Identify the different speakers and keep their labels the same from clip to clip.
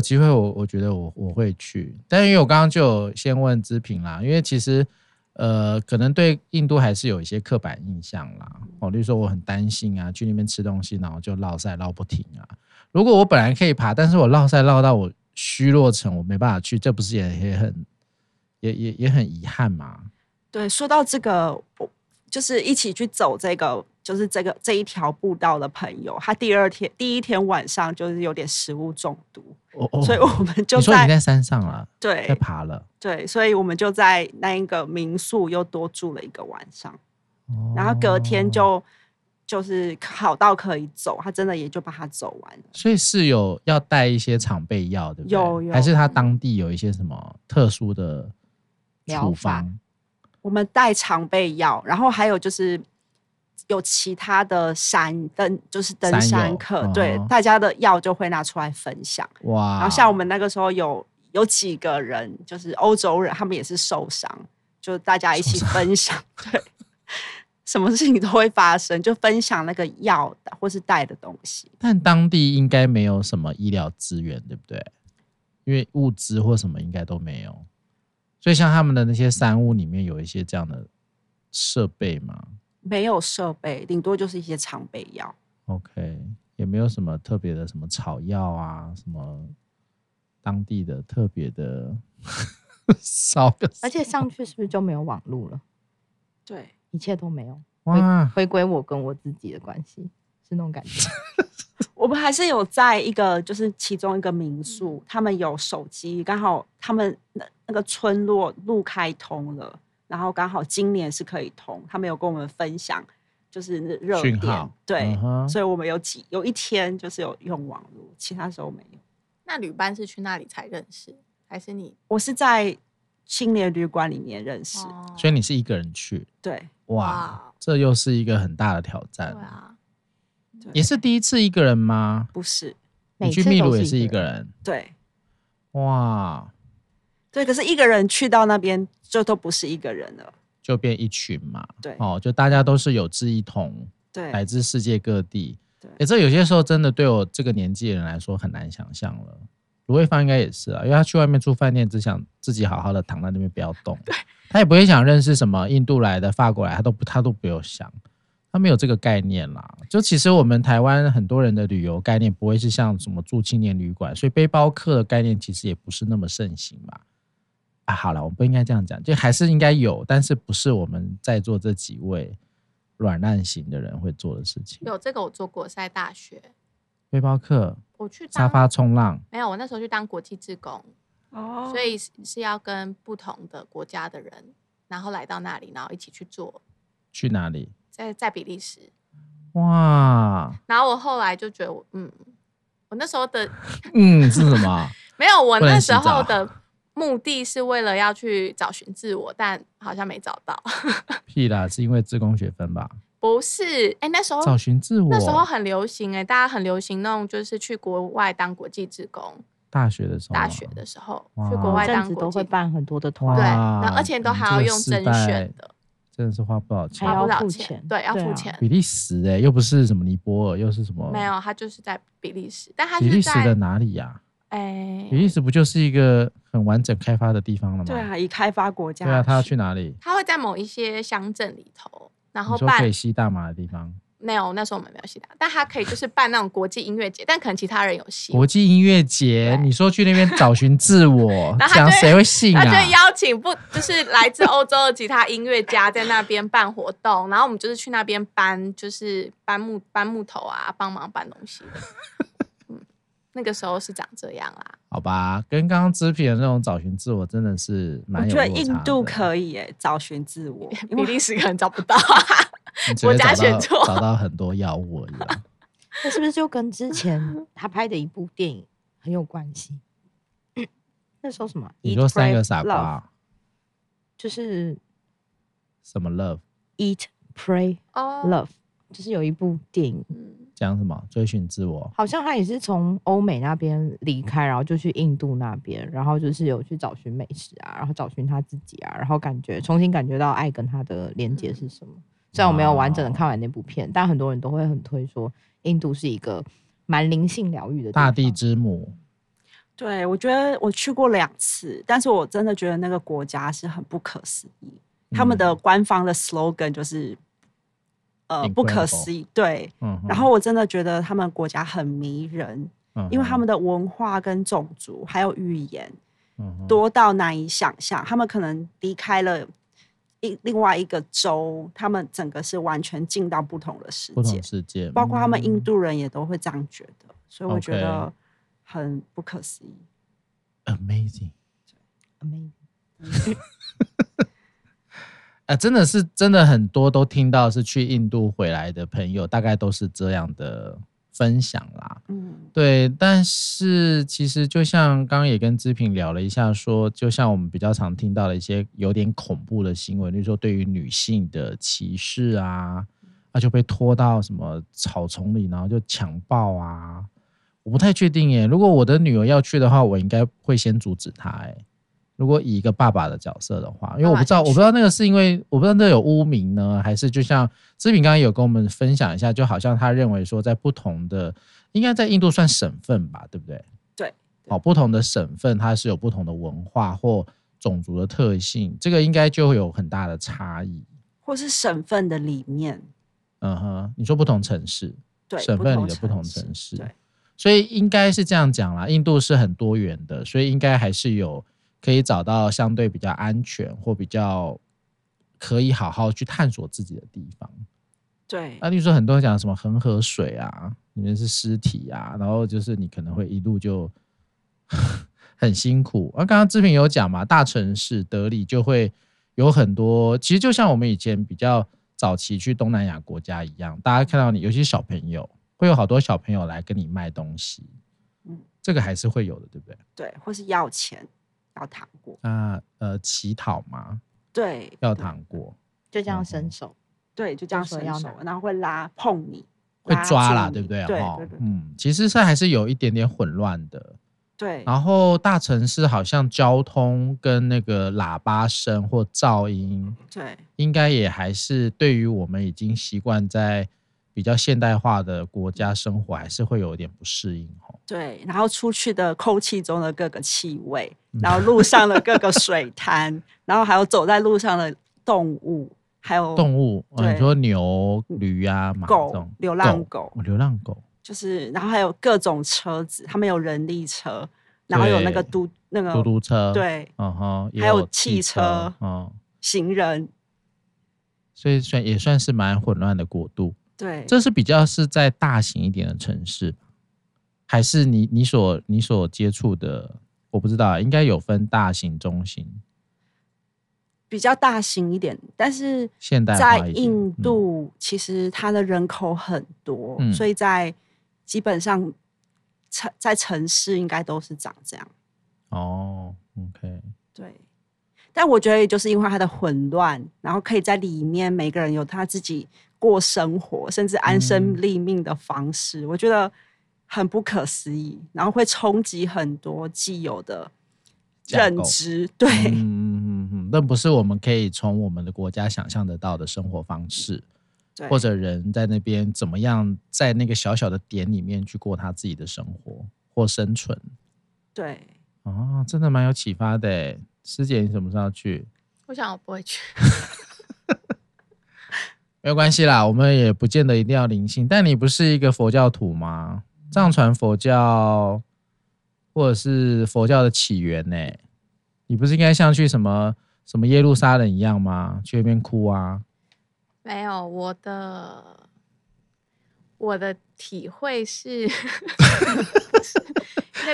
Speaker 1: 机会我我觉得我我会去，但因为我刚刚就有先问资平啦，因为其实呃，可能对印度还是有一些刻板印象啦。哦，例如说我很担心啊，去那边吃东西，然后就落晒落不停啊。如果我本来可以爬，但是我落晒落到我虚弱成我没办法去，这不是也也很也也也很遗憾嘛？
Speaker 2: 对，说到这个，我就是一起去走这个，就是这个这一条步道的朋友，他第二天第一天晚上就是有点食物中毒，
Speaker 1: 哦哦，
Speaker 2: 所以我们就
Speaker 1: 你说你
Speaker 2: 在
Speaker 1: 在山上了，在
Speaker 2: 对
Speaker 1: 爬了，
Speaker 2: 对，所以我们就在那一个民宿又多住了一个晚上，
Speaker 1: 哦
Speaker 2: 然后隔天就就是好到可以走，他真的也就把它走完了。
Speaker 1: 所以是有要带一些常备药，对不对？
Speaker 2: 有有
Speaker 1: 还是他当地有一些什么特殊的
Speaker 3: 疗
Speaker 1: 处
Speaker 3: 法
Speaker 1: 方？
Speaker 2: 我们带常备药，然后还有就是有其他的山登，就是登
Speaker 1: 山
Speaker 2: 山
Speaker 1: 友
Speaker 2: 客，
Speaker 1: 嗯
Speaker 2: 对
Speaker 1: 哼
Speaker 2: 大家的药就会拿出来分享。
Speaker 1: 哇！
Speaker 2: 然后像我们那个时候有有几个人，就是欧洲人，他们也是受伤，就大家一起分享，对，什么事情都会发生，就分享那个药的或是带的东西。
Speaker 1: 但当地应该没有什么医疗资源，对不对？因为物资或什么应该都没有，所以像他们的那些山屋里面有一些这样的设备嘛。
Speaker 2: 没有设备，顶多就是一些常备药。
Speaker 1: OK，也没有什么特别的什么草药啊，什么当地的特别的 烧个。
Speaker 3: 而且上去是不是就没有网路了？
Speaker 2: 对，
Speaker 3: 一切都没有，
Speaker 1: 哇，
Speaker 3: 回归我跟我自己的关系是那种感觉。
Speaker 2: 我们还是有在一个，就是其中一个民宿，他们有手机，刚好他们那那个村落路开通了，然后刚好今年是可以通，他们有跟我们分享，就是热
Speaker 1: 讯
Speaker 2: 点
Speaker 1: 号，
Speaker 2: 对
Speaker 1: 嗯，哼
Speaker 2: 所以我们有几有一天就是有用网络，其他时候没有。
Speaker 4: 那旅伴是去那里才认识，还是你？
Speaker 2: 我是在青年旅馆里面认识，
Speaker 4: 哦
Speaker 1: 所以你是一个人去，
Speaker 2: 对
Speaker 1: 哇，
Speaker 4: 哇
Speaker 1: 这又是一个很大的挑
Speaker 4: 对
Speaker 1: 战。
Speaker 4: 啊，
Speaker 2: 对，
Speaker 1: 也是第一次一个人吗？
Speaker 2: 不是
Speaker 3: 每
Speaker 1: 你去
Speaker 3: 次
Speaker 1: 秘
Speaker 3: 都
Speaker 1: 鲁也
Speaker 3: 是
Speaker 1: 是
Speaker 3: 一
Speaker 1: 一
Speaker 3: 个
Speaker 1: 个人，
Speaker 2: 对
Speaker 1: 哇，
Speaker 2: 对，可是一个人去到那边就都不是一个人了，
Speaker 1: 就变一群嘛。
Speaker 2: 对
Speaker 1: 哦，就大家都是有志一同，
Speaker 2: 对
Speaker 1: 来自世界各地。
Speaker 2: 对
Speaker 1: 哎、这有些时候真的对我这个年纪的人来说很难想象了。卢慧芳应该也是啊，因为她去外面住饭店，只想自己好好的躺在那边不要动。她也不会想认识什么印度来的、法国来的，她都不，她都不用想，她没有这个概念啦。就其实我们台湾很多人的旅游概念不会是像什么住青年旅馆，所以背包客的概念其实也不是那么盛行嘛。啊，好了，我不应该这样讲，就还是应该有，但是不是我们在座这几位软烂型的人会做的事情。
Speaker 4: 有这个我做过，是在大学，
Speaker 1: 背包客、
Speaker 4: 我去当
Speaker 1: 沙发冲浪，
Speaker 4: 没有，我那时候去当国际志工，
Speaker 2: 哦
Speaker 4: 所以是是要跟不同的国家的人，然后来到那里，然后一起去做，
Speaker 1: 去哪里？
Speaker 4: 在在比利时。
Speaker 1: 哇，
Speaker 4: 然后我后来就觉得我，嗯，我那时候的
Speaker 1: 嗯，是什么？
Speaker 4: 没有，我
Speaker 1: 不能
Speaker 4: 那
Speaker 1: 洗
Speaker 4: 时候
Speaker 1: 澡
Speaker 4: 的目的是为了要去找寻自我，但好像没找到。
Speaker 1: 屁啦，是因为自工学分吧？
Speaker 4: 不是，哎、那时候
Speaker 1: 找寻自我。
Speaker 4: 那时候很流行、哎，大家很流行那种就是去国外当国际志工，
Speaker 1: 大学的时候啊，
Speaker 4: 大学的时候
Speaker 1: 哇
Speaker 4: 去国
Speaker 3: 我
Speaker 4: 外
Speaker 3: 阵
Speaker 4: 当
Speaker 3: 子
Speaker 4: 国
Speaker 3: 都
Speaker 4: 际
Speaker 3: 会，办很多的
Speaker 1: 哇
Speaker 3: 团，
Speaker 4: 对，
Speaker 3: 对
Speaker 4: 然后而且都还要用甄选的，
Speaker 1: 真的是花不少钱
Speaker 3: 还，
Speaker 4: 花
Speaker 3: 要
Speaker 4: 不少
Speaker 3: 付
Speaker 4: 钱
Speaker 3: 钱，
Speaker 4: 对，要
Speaker 3: 对
Speaker 4: 付
Speaker 3: 啊
Speaker 4: 钱。
Speaker 1: 比利时哎、又不是什么尼泊尔，又是什么？
Speaker 4: 没，有，他就是在比利时，但他
Speaker 1: 比
Speaker 4: 是
Speaker 1: 利时
Speaker 4: 在
Speaker 1: 的哪里呀、
Speaker 4: 哎
Speaker 1: 比，利时不就是一个很完整开发的地方了吗？
Speaker 2: 对啊，以开发国家
Speaker 1: 对啊，他要去哪里？
Speaker 4: 他会在某一些乡镇里头，然后
Speaker 1: 你说可
Speaker 4: 办
Speaker 1: 以吸大麻的地方，
Speaker 4: 没有，那时候我们没有西达，但他可以就是办那种国际音乐节，但可能其他人有戏，
Speaker 1: 国际音乐节，
Speaker 4: 对
Speaker 1: 你说去那边找寻自我
Speaker 4: 然后，他
Speaker 1: 讲
Speaker 4: 就会
Speaker 1: 谁会信
Speaker 4: 他
Speaker 1: 啊？
Speaker 4: 就邀请不就是来自欧洲的其他音乐家在那边办活动，然后我们就是去那边搬，就是搬木搬木头啊，帮忙搬东西的。嗯，那个时候是长这样啦。
Speaker 1: 好吧，跟刚刚织品的那种找寻自我真的是
Speaker 2: 我
Speaker 1: 蛮有
Speaker 2: 觉
Speaker 1: 落差
Speaker 2: 得
Speaker 1: 的。
Speaker 2: 印度可以诶、找寻自我，
Speaker 4: 比
Speaker 2: 因为
Speaker 4: 利时可能找不到，
Speaker 1: 你只会
Speaker 4: 国家
Speaker 1: 找到
Speaker 4: 选错
Speaker 1: 找到很多药物一 样。
Speaker 3: 这是不是就跟 之前他拍的一部电影很有关系？那时候什么？
Speaker 1: 你
Speaker 3: Eat,
Speaker 1: 说三个
Speaker 3: Pray,
Speaker 1: 傻
Speaker 2: love
Speaker 1: 瓜，
Speaker 3: 就是
Speaker 1: 什么 love
Speaker 3: Eat, Pray,
Speaker 4: 哦
Speaker 3: Love，就是有一部电影，
Speaker 4: 嗯，
Speaker 1: 讲什么追寻自我？
Speaker 3: 好像他也是从欧美那边离开，然后就去印度那边，然后就是有去找寻美食啊，然后找寻他自己啊，然后感觉重新感觉到爱跟他的连接是什么。虽然我没有完整的
Speaker 1: 哇哦
Speaker 3: 看完那部片，但很多人都会很推说印度是一个蛮灵性疗愈的地
Speaker 1: 大地
Speaker 3: 方
Speaker 1: 之母，
Speaker 2: 对，我觉得我去过两次，但是我真的觉得那个国家是很不可思议。他们
Speaker 1: 嗯
Speaker 2: 的官方的 slogan 就是，呃，不可
Speaker 1: Incredible
Speaker 2: 思议。对，
Speaker 1: 嗯哼，
Speaker 2: 然后我真的觉得他们国家很迷人，
Speaker 1: 嗯哼
Speaker 2: 因为他们的文化跟种族还有语言
Speaker 1: 嗯哼
Speaker 2: 多到难以想象。他们可能离开了一另外一个州，他们整个是完全进到不同的世
Speaker 1: 不
Speaker 2: 界
Speaker 1: 同，世界，
Speaker 2: 包括他们印
Speaker 1: 嗯
Speaker 2: 度人也都会这样觉得，所以我觉
Speaker 1: OK
Speaker 2: 得很不可思议。
Speaker 1: 嗯 amazing。
Speaker 3: Amazing
Speaker 1: 啊，真的是真的很多都听到是去印度回来的朋友，大概都是这样的分享啦。
Speaker 2: 嗯，
Speaker 1: 对，但是其实就像刚刚也跟知平聊了一下说就像我们比较常听到的一些有点恐怖的新闻，例如说对于女性的歧视啊，啊就被拖到什么草丛里，然后就强暴啊。我不太确定耶，如果我的女儿要去的话，我应该会先阻止她哎。如果以一个爸爸的角色的话，因为我不知
Speaker 4: 爸
Speaker 1: 道，
Speaker 4: 爸先去
Speaker 1: 我不知道那个是因为我不知道那有污名呢，还是就像志平刚刚有跟我们分享一下，就好像他认为说，在不同的应该在印度算省份吧，对不对？
Speaker 2: 对。
Speaker 1: 哦，不同的省份它是有不同的文化或种族的特性，这个应该就会有很大的差异。
Speaker 2: 或是省份的里面，
Speaker 1: 嗯哼，你说不同城市，
Speaker 2: 对
Speaker 1: 省份里的不同
Speaker 2: 城
Speaker 1: 城市
Speaker 2: 对，
Speaker 1: 所以应该是这样讲啦。印度是很多元的，所以应该还是有可以找到相对比较安全或比较可以好好去探索自己的地方。
Speaker 2: 对
Speaker 1: 那例如说很多人讲什么恒河水啊，里面是尸体啊，然后就是你可能会一路就 很辛苦。而、啊、刚刚志平有讲嘛，大城市德里就会有很多，其实就像我们以前比较早期去东南亚国家一样，大家看到你，尤其小朋友，会有好多小朋友来跟你卖东西，
Speaker 2: 嗯
Speaker 1: 这个还是会有的，对不对？
Speaker 2: 对，或是要钱要糖果，
Speaker 1: 那呃，乞讨嘛，
Speaker 2: 对，
Speaker 1: 要
Speaker 2: 对
Speaker 1: 糖果
Speaker 3: 就这
Speaker 1: 嗯
Speaker 3: 样
Speaker 1: 嗯
Speaker 3: 伸手，
Speaker 2: 对，就这样
Speaker 3: 就说
Speaker 2: 伸
Speaker 3: 要
Speaker 2: 手
Speaker 3: 拿，
Speaker 2: 然后会拉碰你，
Speaker 1: 会
Speaker 2: 拉
Speaker 1: 抓
Speaker 2: 住
Speaker 1: 啦，
Speaker 2: 你
Speaker 1: 对不对？
Speaker 2: 对
Speaker 1: 哈
Speaker 2: 对对
Speaker 1: 嗯，其实是还是有一点点混乱的。
Speaker 2: 对，
Speaker 1: 然后大城市好像交通跟那个喇叭声或噪音，
Speaker 2: 对
Speaker 1: 应该也还是对于我们已经习惯在比较现代化的国家生活，还是会有一点不适应哦。
Speaker 2: 对，然后出去的空气中的各个气味，
Speaker 1: 嗯
Speaker 2: 然后路上的各个水滩， 然后还有走在路上的动物，还有
Speaker 1: 动物，哦、你
Speaker 2: 对嗯
Speaker 1: 说牛、驴啊、马这
Speaker 2: 狗
Speaker 1: 种、
Speaker 2: 流浪狗，
Speaker 1: 哦流浪狗，
Speaker 2: 就是然后还有各种车子，他们有人力车，然后有那个
Speaker 1: 对
Speaker 2: 嘟那个
Speaker 1: 嘟嘟车，，
Speaker 2: 嗯对
Speaker 1: 嗯哼，也
Speaker 2: 还有
Speaker 1: 汽
Speaker 2: 汽车
Speaker 1: 嗯，
Speaker 2: 行人，
Speaker 1: 所以算也算是蛮混乱的国度。
Speaker 2: 对，
Speaker 1: 这是比较是在大型一点的城市吧，还是你你所你所接触的？我不知道啊，应该有分大型、中型、
Speaker 2: 比较大型一点，但是
Speaker 1: 现代化
Speaker 2: 在
Speaker 1: 一点
Speaker 2: 印，度，其实它的人口很多，
Speaker 1: 嗯
Speaker 2: 所以在基本上城在城市应该都是长这样。
Speaker 1: 嗯、哦，OK，
Speaker 2: 对，但我觉得也就是因为它的混乱，然后可以在里面每个人有他自己过生活，甚至安身
Speaker 1: 嗯
Speaker 2: 立命的方式，我觉得很不可思议，然后会冲击很多既有的
Speaker 1: 架
Speaker 2: 认
Speaker 1: 构
Speaker 2: 知。对，
Speaker 1: 嗯嗯嗯嗯，那不是我们可以从我们的国家想象得到的生活方式，
Speaker 2: 对，
Speaker 1: 或者人在那边怎么样，在那个小小的点里面去过他自己的生活或生存
Speaker 2: 对，
Speaker 1: 哦，真的蛮有启发的诶。师姐，你什么时候要去？
Speaker 4: 我想我不会去，
Speaker 1: 没有关系啦，我们也不见得一定要灵性。但你不是一个佛教徒吗？藏传佛教或者是佛教的起源呢、你不是应该像去什么什么耶路撒冷一样吗？去那边哭啊？
Speaker 4: 没有我的我的体会是，你的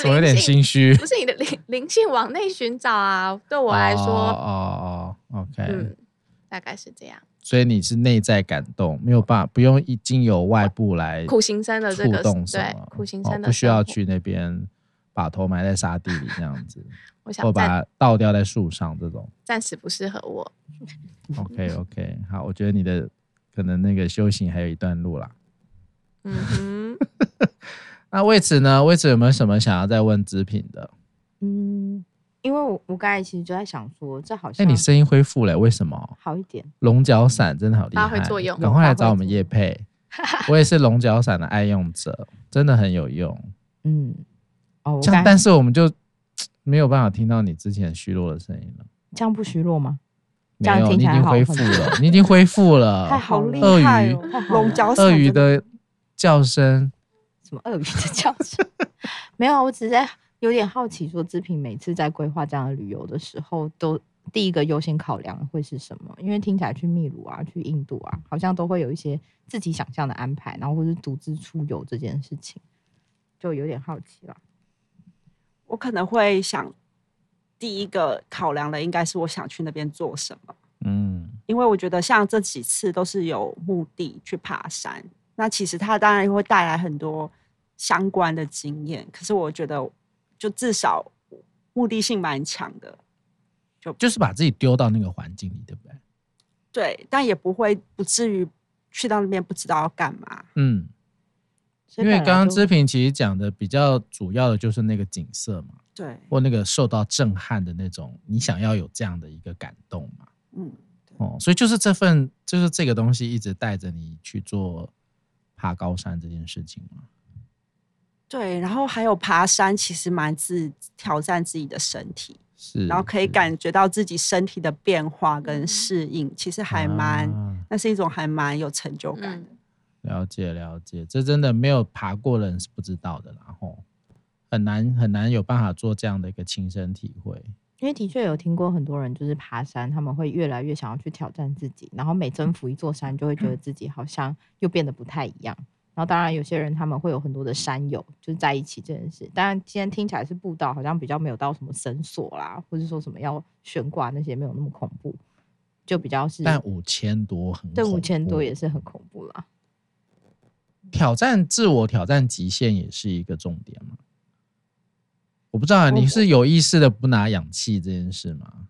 Speaker 1: 怎么有
Speaker 4: 灵
Speaker 1: 点
Speaker 4: 性
Speaker 1: 心 虚？
Speaker 4: 不是你的灵灵性往内寻找啊，对我
Speaker 1: 我
Speaker 4: 来说，
Speaker 1: 哦哦哦，OK，、
Speaker 4: 嗯，大概是这样。
Speaker 1: 所以你是内在感动，没有办法，不用一经由外部来
Speaker 4: 苦行僧的这
Speaker 1: 触
Speaker 4: 个
Speaker 1: 动什
Speaker 4: 对
Speaker 1: 么，
Speaker 4: 苦行
Speaker 1: 哦
Speaker 4: 僧的、
Speaker 1: 不需要。去那边把头埋在沙地里这样子，
Speaker 4: 我
Speaker 1: 或
Speaker 4: 想暂
Speaker 1: 把它倒吊在树上这种。
Speaker 4: 暂时不适合我，
Speaker 1: OK OK，好，我觉得你的可能那个修行还有一段路啦。
Speaker 4: 嗯哼，
Speaker 1: 那为此呢，为此有没有什么想要再问子品的？
Speaker 3: 嗯，因为我我刚才其实就在想说，这好
Speaker 1: 哎、
Speaker 3: 像
Speaker 1: 你声音恢复了，为什么？
Speaker 3: 好一点，
Speaker 1: 龙角散真的好厉害，
Speaker 4: 发挥作用
Speaker 1: 赶快来找我
Speaker 3: 发
Speaker 1: 们
Speaker 3: 挥作用
Speaker 1: 叶 佩。我也是龙角散的爱用者，真的很有用。
Speaker 3: 嗯，哦，我
Speaker 1: 像
Speaker 3: 感
Speaker 1: 但是我们就没有办法听到你之前虚弱的声音了。
Speaker 3: 这样不虚弱吗？这
Speaker 1: 没
Speaker 3: 样
Speaker 1: 有，
Speaker 3: 听
Speaker 1: 你
Speaker 3: 起
Speaker 1: 已
Speaker 3: 来
Speaker 1: 经
Speaker 3: 好
Speaker 1: 恢复
Speaker 3: 很
Speaker 1: 了，你已经恢复了。
Speaker 3: 太
Speaker 2: 好
Speaker 3: 好
Speaker 2: 厉
Speaker 1: 了
Speaker 2: 害
Speaker 1: 鳄
Speaker 2: 哦
Speaker 1: 鱼
Speaker 3: 太！好了
Speaker 2: 龙角散
Speaker 1: 鳄鱼
Speaker 2: 真的
Speaker 1: 的叫声，
Speaker 3: 什么鳄鱼的叫声？ 没有啊，我只是在有点好奇，说志平每次在规划这样的旅游的时候，都第一个优先考量会是什么？因为听起来去秘鲁啊，去印度啊，好像都会有一些自己想象的安排，然后或是独自出游这件事情，就有点好奇了。
Speaker 2: 我可能会想，第一个考量的应该是我想去那边做什么，
Speaker 1: 嗯，
Speaker 2: 因为我觉得像这几次都是有目的去爬山，那其实它当然会带来很多相关的经验，可是我觉得就至少目的性蛮强的，
Speaker 1: 就是把自己丢到那个环境里，对不对？
Speaker 2: 对，但也不会不至于去到那边不知道要干嘛。
Speaker 1: 嗯，
Speaker 3: 所
Speaker 1: 因
Speaker 3: 以
Speaker 1: 为
Speaker 3: 本来
Speaker 1: 刚刚
Speaker 3: 就
Speaker 1: 知平其实讲的比较主要的就是那个景色嘛，
Speaker 2: 对，
Speaker 1: 或那个受到震撼的那种，你想要有这样的一个感动嘛。
Speaker 2: 嗯，
Speaker 1: 哦，所以就是这份，就是这个东西一直带着你去做爬高山这件事情嘛。
Speaker 2: 对，然后还有爬山，其实蛮自挑战自己的身体，
Speaker 1: 是，
Speaker 2: 然后可以
Speaker 1: 是啊
Speaker 2: 感觉到自己身体的变化跟适应，其实还蛮，
Speaker 1: 啊
Speaker 2: 那是一种还蛮有成就感的。
Speaker 4: 嗯，
Speaker 1: 了解了解，这真的没有爬过的人是不知道的啦，然后很难很难有办法做这样的一个亲身体会。
Speaker 3: 因为的确有听过很多人就是爬山，他们会越来越想要去挑战自己，然后
Speaker 1: 嗯
Speaker 3: 每征服一座山，就会觉得自己好像又变得不太一样。然后当然有些人他们会有很多的山友，就是在一起这件事。当然今天听起来是步道，好像比较没有到什么绳索啦，或者说什么要悬挂那些没有那么恐怖，就比较是
Speaker 1: 但五千多很
Speaker 3: 对五
Speaker 1: 恐
Speaker 3: 千多
Speaker 1: 怖
Speaker 3: 也是很恐怖啦。
Speaker 1: 挑战自我、挑战极限也是一个重点嘛。我不知道啊
Speaker 2: 我
Speaker 1: 你是有意识的不拿氧气这件事吗？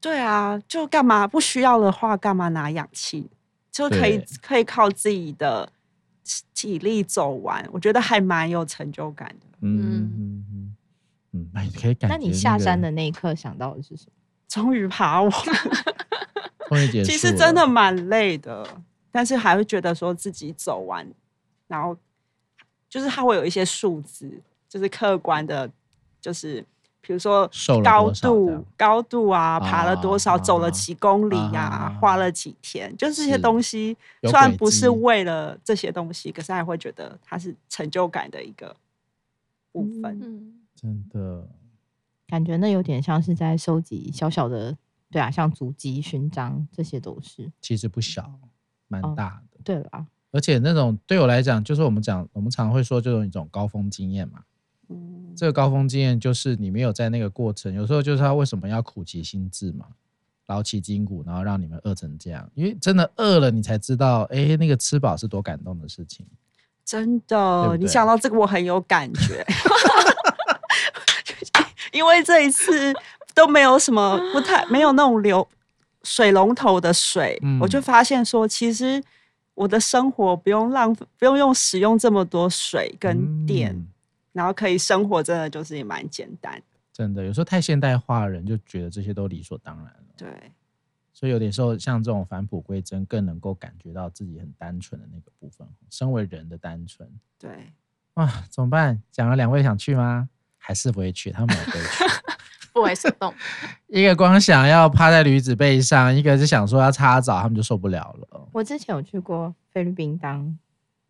Speaker 2: 对啊，就干嘛不需要的话，干嘛拿氧气？就可以
Speaker 1: 对
Speaker 2: 可以靠自己的体力走完，我觉得还蛮有成就感的。
Speaker 1: 嗯
Speaker 4: 嗯
Speaker 1: 嗯嗯嗯，哎可以感觉、那
Speaker 3: 那你下山
Speaker 1: 个
Speaker 3: 的那一刻想到的是什么？
Speaker 2: 终于爬完，
Speaker 1: 终于结束了，
Speaker 2: 其实真的蛮累的，但是还会觉得说自己走完，然后就是它会有一些数字，就是客观的，就是比如说
Speaker 1: 瘦了
Speaker 2: 高
Speaker 1: 多少这样
Speaker 2: 度、高度啊，
Speaker 1: 啊
Speaker 2: 爬了多少，
Speaker 1: 啊
Speaker 2: 走了几公里呀、
Speaker 1: 啊
Speaker 2: 花了几天，就是这些
Speaker 1: 是
Speaker 2: 东西。
Speaker 1: 有
Speaker 2: 虽然
Speaker 1: 轨
Speaker 2: 不
Speaker 1: 迹
Speaker 2: 是为了这些东西，可是还会觉得它是成就感的一个部分。
Speaker 4: 嗯，
Speaker 1: 真的
Speaker 3: 感觉那有点像是在收集小小的，对啊，像足迹、勋章这些都是。
Speaker 1: 其实不小，蛮
Speaker 3: 哦
Speaker 1: 大的。
Speaker 3: 对啦，
Speaker 1: 而且那种对我来讲，就是我们讲，我们常会说这种一种高峰经验嘛。
Speaker 2: 嗯，
Speaker 1: 这个高峰经验就是你没有在那个过程，有时候就是他为什么要苦其心志嘛，劳其筋骨，然后让你们饿成这样，因为真的饿了，你才知道，哎，那个吃饱是多感动的事情。
Speaker 2: 真的，
Speaker 1: 对不
Speaker 2: 你
Speaker 1: 对
Speaker 2: 讲到这个，我很有感觉， 因为这一次都没有什么不太没有那种流水龙头的水，
Speaker 1: 嗯
Speaker 2: 我就发现说，其实我的生活不用浪费，不用用使用这么多水跟电，
Speaker 1: 嗯
Speaker 2: 然后可以生活，真的就是也蛮简单的。
Speaker 1: 真的有时候太现代化的人就觉得这些都理所当然了，
Speaker 2: 对，
Speaker 1: 所以有点时候像这种返璞归真，更能够感觉到自己很单纯的那个部分，身为人的单纯。
Speaker 2: 对，
Speaker 1: 啊，怎么办？讲了两位想去吗？还是不会去？他们也不会去。
Speaker 4: 不为所动。
Speaker 1: 一个光想要趴在驴子背上，一个是想说要擦澡，他们就受不了了。
Speaker 3: 我之前有去过菲律宾当，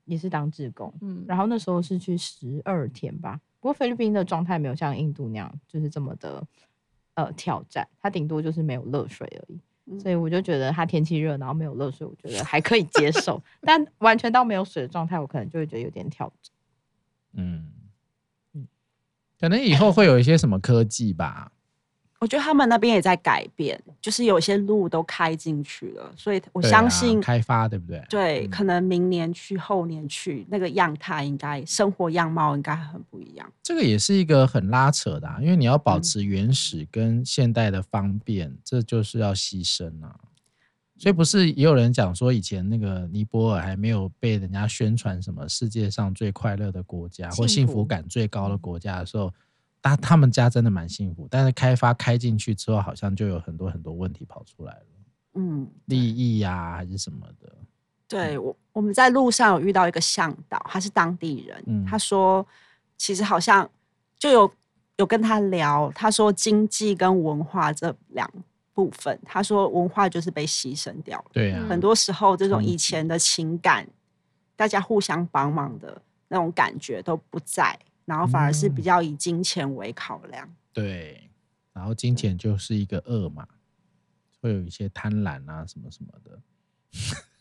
Speaker 3: 也是当志工，
Speaker 4: 嗯，
Speaker 3: 然后那时候是去十二天吧。不过菲律宾的状态没有像印度那样，就是这么的呃挑战，它顶多就是没有热水而已。所以我就觉得它天气热，然后没有热水，我觉得还可以接受。但完全到没有水的状态，我可能就会觉得有点挑战。
Speaker 1: 嗯可能以后会有一些什么科技吧。
Speaker 2: 我觉得他们那边也在改变，就是有些路都开进去了，所以我
Speaker 1: 对
Speaker 2: 相
Speaker 1: 啊
Speaker 2: 信
Speaker 1: 开发，对不对？
Speaker 2: 对，
Speaker 1: 嗯
Speaker 2: 可能明年去、后年去，那个样态应该生活样貌应该很不一样。
Speaker 1: 这个也是一个很拉扯的、啊，因为你要保
Speaker 2: 嗯
Speaker 1: 持原始跟现代的方便，这就是要牺牲啊。所以不是也有人讲说，以前那个尼泊尔还没有被人家宣传什么世界上最快乐的国家或幸
Speaker 3: 幸
Speaker 1: 福
Speaker 3: 福
Speaker 1: 感最高的国家的时候，他他们家真的蛮幸福，但是开发开进去之后，好像就有很多很多问题跑出来了，
Speaker 2: 嗯，
Speaker 1: 利益呀、还是什么的。
Speaker 2: 对我我们在路上有遇到一个向导，他是当地人，
Speaker 1: 嗯
Speaker 2: 他说。其实好像就有有跟他聊，他说经济跟文化这两部分，他说文化就是被牺牲掉了。
Speaker 1: 对啊，
Speaker 2: 很多时候这种
Speaker 1: 冲击
Speaker 2: 以前的情感，大家互相帮忙的那种感觉都不在，然后反而是
Speaker 1: 嗯
Speaker 2: 比较以金钱为考量。
Speaker 1: 对，然后金钱就是一个恶嘛，会有一些贪婪啊什么什么的。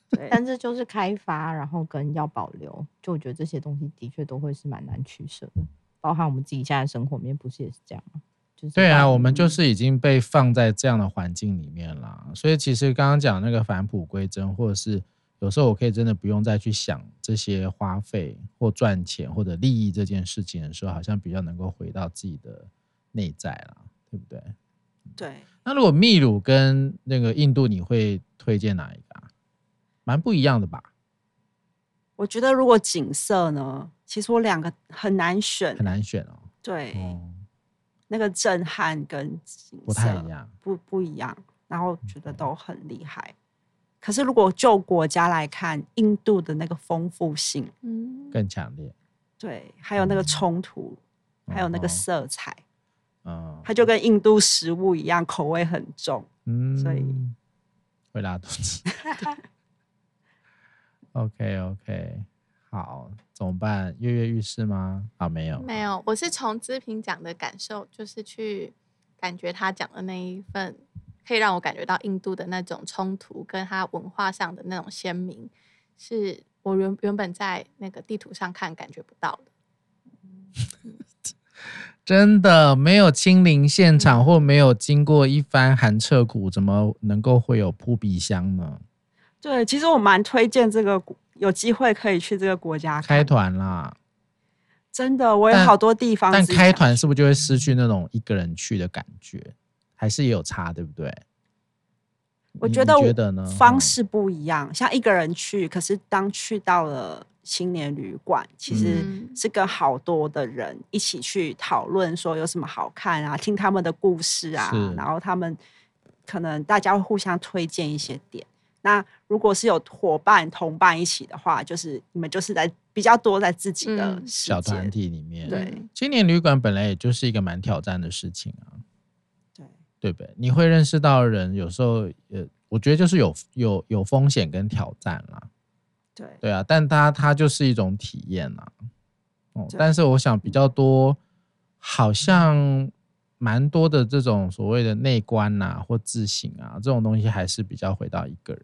Speaker 2: 对，
Speaker 3: 但是就是开发，然后跟要保留，就我觉得这些东西的确都会是蛮难取舍的。包含我们自己现在生活里面，不是也是这样吗？就是
Speaker 1: 对啊，
Speaker 3: 包
Speaker 1: 我们就
Speaker 3: 嗯
Speaker 1: 是已经被放在这样的环境里面啦，所以其实刚刚讲那个返璞归真，或者是有时候我可以真的不用再去想这些花费或赚钱或者利益这件事情的时候，好像比较能够回到自己的内在啦，对不对？
Speaker 2: 对，
Speaker 1: 那如果秘鲁跟那个印度，你会推荐哪一个啊？蛮不一样的吧，
Speaker 2: 我觉得如果景色呢，其实我两个很难选，
Speaker 1: 很难选哦。
Speaker 2: 对、
Speaker 1: 哦，
Speaker 2: 那个震撼跟景色
Speaker 1: 不太一，样。嗯
Speaker 2: 不不一样，然后觉得都很厉害。可是如果就国家来看，印度的那个丰富性，
Speaker 4: 嗯，
Speaker 1: 更强烈，
Speaker 2: 对，还有那个
Speaker 1: 嗯哦
Speaker 2: 冲突，还有那个色彩，
Speaker 1: 嗯，
Speaker 2: 它就跟印度食物一样，口味很重。
Speaker 1: 嗯，
Speaker 2: 所以
Speaker 1: 会拉肚 子。OK OK，好，怎么办？跃跃欲试吗？啊，没有，
Speaker 4: 没有，我是从资平讲的感受，就是去感觉他讲的那一份，可以让我感觉到印度的那种冲突，跟他文化上的那种鲜明，是我原原本在那个地图上看感觉不到的。
Speaker 1: 真的没有亲临现场或没有经过一番寒彻骨，怎么能够会有扑鼻香呢？
Speaker 2: 对，其实我蛮推荐这个国，有机会可以去这个国家
Speaker 1: 开
Speaker 2: 看。
Speaker 1: 团啦，
Speaker 2: 真的，我有
Speaker 1: 但
Speaker 2: 好多地方
Speaker 1: 但
Speaker 2: 自己
Speaker 1: 开
Speaker 2: 想
Speaker 1: 团
Speaker 2: 去
Speaker 1: 是不是就会失去那种一个人去的感觉？还是也有差，对不对？
Speaker 2: 我
Speaker 1: 你
Speaker 2: 觉
Speaker 1: 你
Speaker 2: 得我
Speaker 1: 觉得呢？
Speaker 2: 方
Speaker 1: 嗯
Speaker 2: 式不一样，像一个人去，可是当去到了青年旅馆，其实
Speaker 4: 嗯
Speaker 2: 是跟好多的人一起去讨论说有什么好看啊，听他们的故事啊
Speaker 1: 是，
Speaker 2: 然后他们可能大家会互相推荐一些点。那如果是有伙伴同伴一起的话，就是你们就是在比较多在自己的
Speaker 4: 嗯
Speaker 2: 世
Speaker 1: 小
Speaker 2: 界，
Speaker 1: 团体里面，
Speaker 2: 对
Speaker 4: 嗯
Speaker 1: 青年旅馆本来也就是一个蛮挑战的事情啊，
Speaker 2: 对
Speaker 1: 对不对？你会认识到人，有时候呃，我觉得就是有有有风险跟挑战啦，
Speaker 2: 对
Speaker 1: 对啊，但它它就是一种体验啦。哦，
Speaker 2: 对
Speaker 1: 但是我想比较多，好像蛮多的这种所谓的内观呐、或自省啊这种东西，还是比较回到一个人。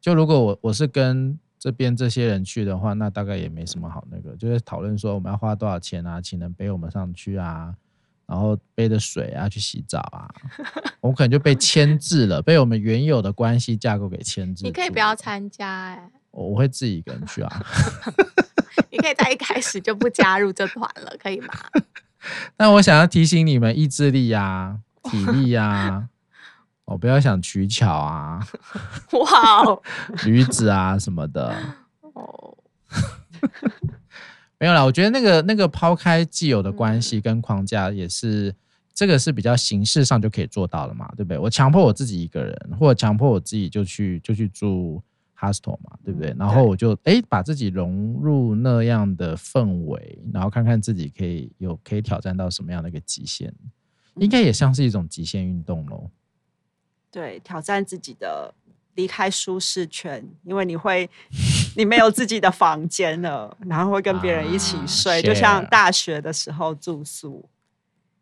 Speaker 1: 就如果我我是跟这边这些人去的话，那大概也没什么好那个，就是讨论说我们要花多少钱啊，请人背我们上去啊，然后背着水啊去洗澡啊， 我们可能就被牵制了，被我们原有的关系架构给牵制。
Speaker 4: 你可以不要，参加、哎，
Speaker 1: 我我会自己一个人去啊。
Speaker 4: 你可以在一开始就不加入这团了，可以吗？
Speaker 1: 但我想要提醒你们，意志力啊，体力啊，哦，不要想取巧啊，
Speaker 4: 哇哦，
Speaker 1: 驴子啊什么的，
Speaker 4: 哦，
Speaker 1: 没有啦。我觉得那个那个抛开既有的关系跟框架，也是、这个是比较形式上就可以做到的嘛，对不对？我强迫我自己一个人，或者强迫我自己就去就去住 hostel 嘛，对不对？然后我就诶把自己融入那样的氛围，然后看看自己可以有可以挑战到什么样的一个极限，应该也像是一种极限运动喽。
Speaker 2: 对，挑战自己的离开舒适圈，因为你会你没有自己的房间了，然后会跟别人一起
Speaker 1: 啊
Speaker 2: 睡，就像
Speaker 1: ，share
Speaker 2: 大学的时候住宿。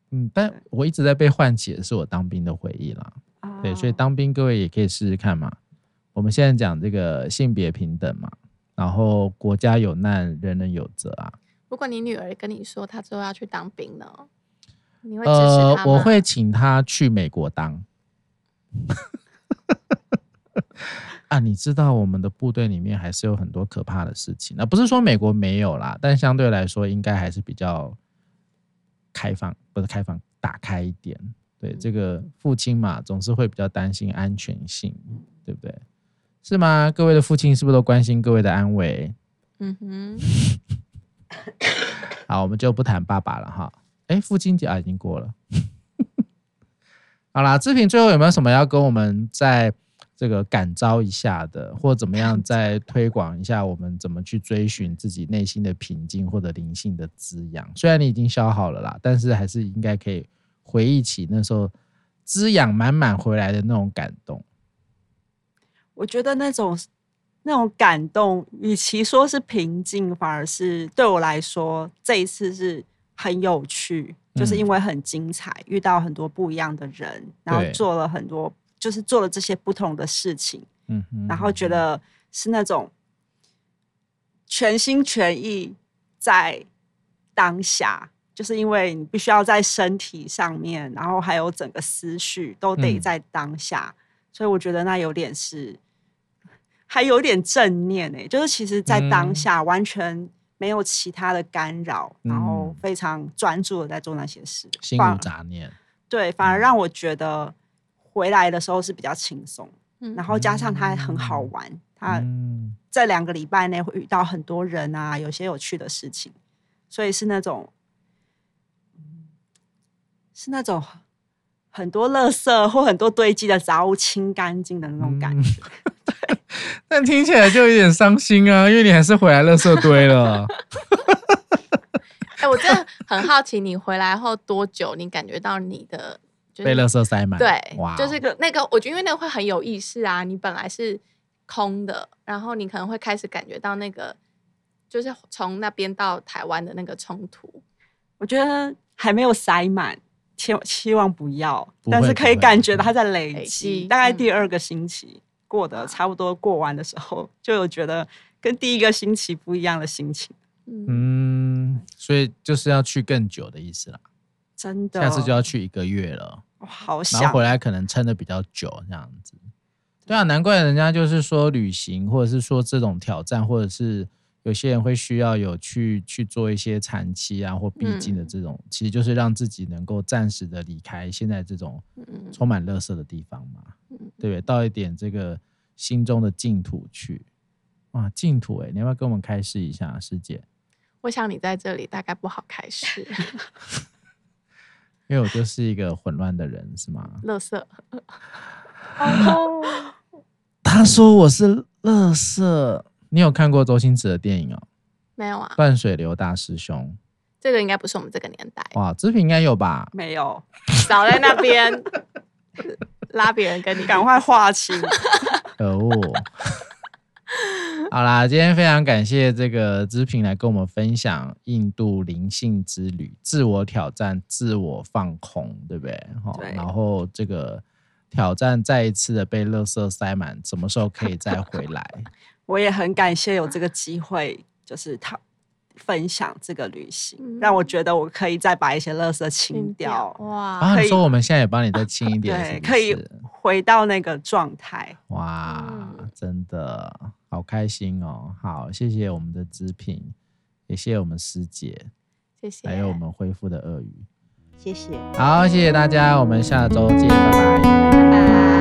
Speaker 1: 嗯，但我一直在被唤起的是我当兵的回忆啦。
Speaker 2: 哦
Speaker 1: 对，所以当兵各位也可以试试看嘛。我们现在讲这个性别平等嘛，然后国家有难，人人有责啊。
Speaker 4: 如果你女儿跟你说她之后要去当兵呢，你会支持
Speaker 1: 呃
Speaker 4: 她吗？，
Speaker 1: 我会请他去美国当。 啊，你知道我们的部队里面还是有很多可怕的事情。那不是说美国没有啦，但相对来说应该还是比较开放，不是开放，打开一点。对，
Speaker 4: 嗯
Speaker 1: 这个父亲嘛，总是会比较担心安全性，对不对？是吗？各位的父亲是不是都关心各位的安危？
Speaker 4: 嗯哼，
Speaker 1: 好，我们就不谈爸爸了哈。哎，父亲节啊，已经 过了。好啦，志平最后有没有什么要跟我们在这个感召一下的，或怎么样再推广一下我们怎么去追寻自己内心的平静或者灵性的滋养。虽然你已经消耗了啦，但是还是应该可以回忆起那时候滋养满满回来的那种感动。
Speaker 2: 我觉得那种那种感动，与其说是平静，反而是对我来说，这一次是很有趣，就是
Speaker 1: 嗯
Speaker 2: 因为很精彩，遇到很多不一样的人，然后
Speaker 1: 对
Speaker 2: 做了很多，就是做了这些不同的事情，
Speaker 1: 嗯哼，
Speaker 2: 然后觉得是那种全心全意在当下，就是因为你必须要在身体上面，然后还有整个思绪都得
Speaker 1: 嗯
Speaker 2: 在当下，所以我觉得那有点是还有点正念诶、就是其实在当
Speaker 1: 嗯
Speaker 2: 下完全。没有其他的干扰，然后
Speaker 1: 嗯
Speaker 2: 非常专注的在做那些事，
Speaker 1: 心
Speaker 2: 反
Speaker 1: 无杂念，
Speaker 2: 对，反
Speaker 1: 嗯
Speaker 2: 而让我觉得回来的时候是比较轻松。
Speaker 4: 嗯
Speaker 2: 然后加上它很好玩，它
Speaker 1: 嗯，
Speaker 2: 这两个礼拜内会遇到很多人啊，有些有趣的事情，所以是那种，嗯是那种很多垃圾或很多堆积的杂物清干净的那种
Speaker 1: 嗯
Speaker 2: 感觉。
Speaker 1: 但听起来就有点伤心啊，因为你还是回来垃圾堆了。
Speaker 4: 哎、我真的很好奇，你回来后多久，你感觉到你的就是
Speaker 1: 被垃圾塞满，
Speaker 4: 对，
Speaker 1: 哇，哦
Speaker 4: 就是那个，我觉得因为那个会很有意识啊。你本来是空的，然后你可能会开始感觉到那个，就是从那边到台湾的那个冲突。
Speaker 2: 我觉得还没有塞满。希希望不要，
Speaker 1: 不
Speaker 2: 但
Speaker 1: 会
Speaker 2: 是
Speaker 1: 不
Speaker 2: 可以
Speaker 1: 会
Speaker 2: 感觉
Speaker 1: 不会
Speaker 2: 它在累
Speaker 4: 累
Speaker 2: 积。
Speaker 4: 积
Speaker 2: 大概
Speaker 4: 嗯
Speaker 2: 第二个星期过得差不多过完的时候，就有觉得跟第一个星期不一样的心情。
Speaker 4: 嗯，
Speaker 1: 嗯，所以就是要去更久的意思啦，
Speaker 2: 真的，
Speaker 1: 下
Speaker 4: 哦
Speaker 1: 次就要去一个月了，
Speaker 2: 我好
Speaker 1: 然后
Speaker 2: 想
Speaker 1: 回来可能撑的比较久这样子。对啊，难怪人家就是说旅行，或者是说这种挑战，或者是有些人会需要有去去做一些长期啊或必经的
Speaker 4: 嗯
Speaker 1: 这种，其实就是让自己能够暂时的离开现在这种
Speaker 4: 嗯
Speaker 1: 充满垃圾的地方嘛，
Speaker 4: 嗯
Speaker 1: 对不对？到一点这个心中的净土去。哇，净土哎、你要不要跟我们开示一下，师姐？
Speaker 4: 我想你在这里大概不好开 始，
Speaker 1: 因为我就是一个混乱的人，是吗？
Speaker 4: 乐色。
Speaker 2: 哦，
Speaker 1: 他说我是乐色。你有看过周星驰的电影哦，
Speaker 4: 没有
Speaker 1: 《
Speaker 4: 啊，
Speaker 1: 断水流大师兄
Speaker 4: 这个应该不是我们这个年代》，
Speaker 2: 哦
Speaker 1: 哇，这平应该有吧？
Speaker 2: 没有，
Speaker 4: 少在那 边拉别人跟你
Speaker 2: 赶快划清。
Speaker 1: 可恶！哦好啦，今天非常感谢这个知平来跟我们分享印度灵性之旅、自我挑战、自我放空，对不对？好
Speaker 2: 对，
Speaker 1: 然后这个挑战再一次的被垃圾塞满，什么时候可以再回 来？
Speaker 2: 我也很感谢有这个机会，就是他分享这个旅行，让我觉得我可以再把一些垃圾嗯清掉，
Speaker 4: 哇！
Speaker 1: 啊，
Speaker 2: 可
Speaker 1: 你
Speaker 2: 以
Speaker 1: 说我们现在也帮你再轻一点，
Speaker 2: 对，
Speaker 1: 是不
Speaker 2: 可以
Speaker 1: 是
Speaker 2: 回到那个状态。
Speaker 1: 哇，
Speaker 4: 嗯
Speaker 1: 真的好开心哦！好，谢谢我们的知品，也谢谢我们师姐，
Speaker 4: 谢谢，
Speaker 1: 还有我们恢复的鳄鱼。
Speaker 2: 谢谢。
Speaker 1: 好，谢谢大家，我们下周见，拜拜。
Speaker 4: 拜拜。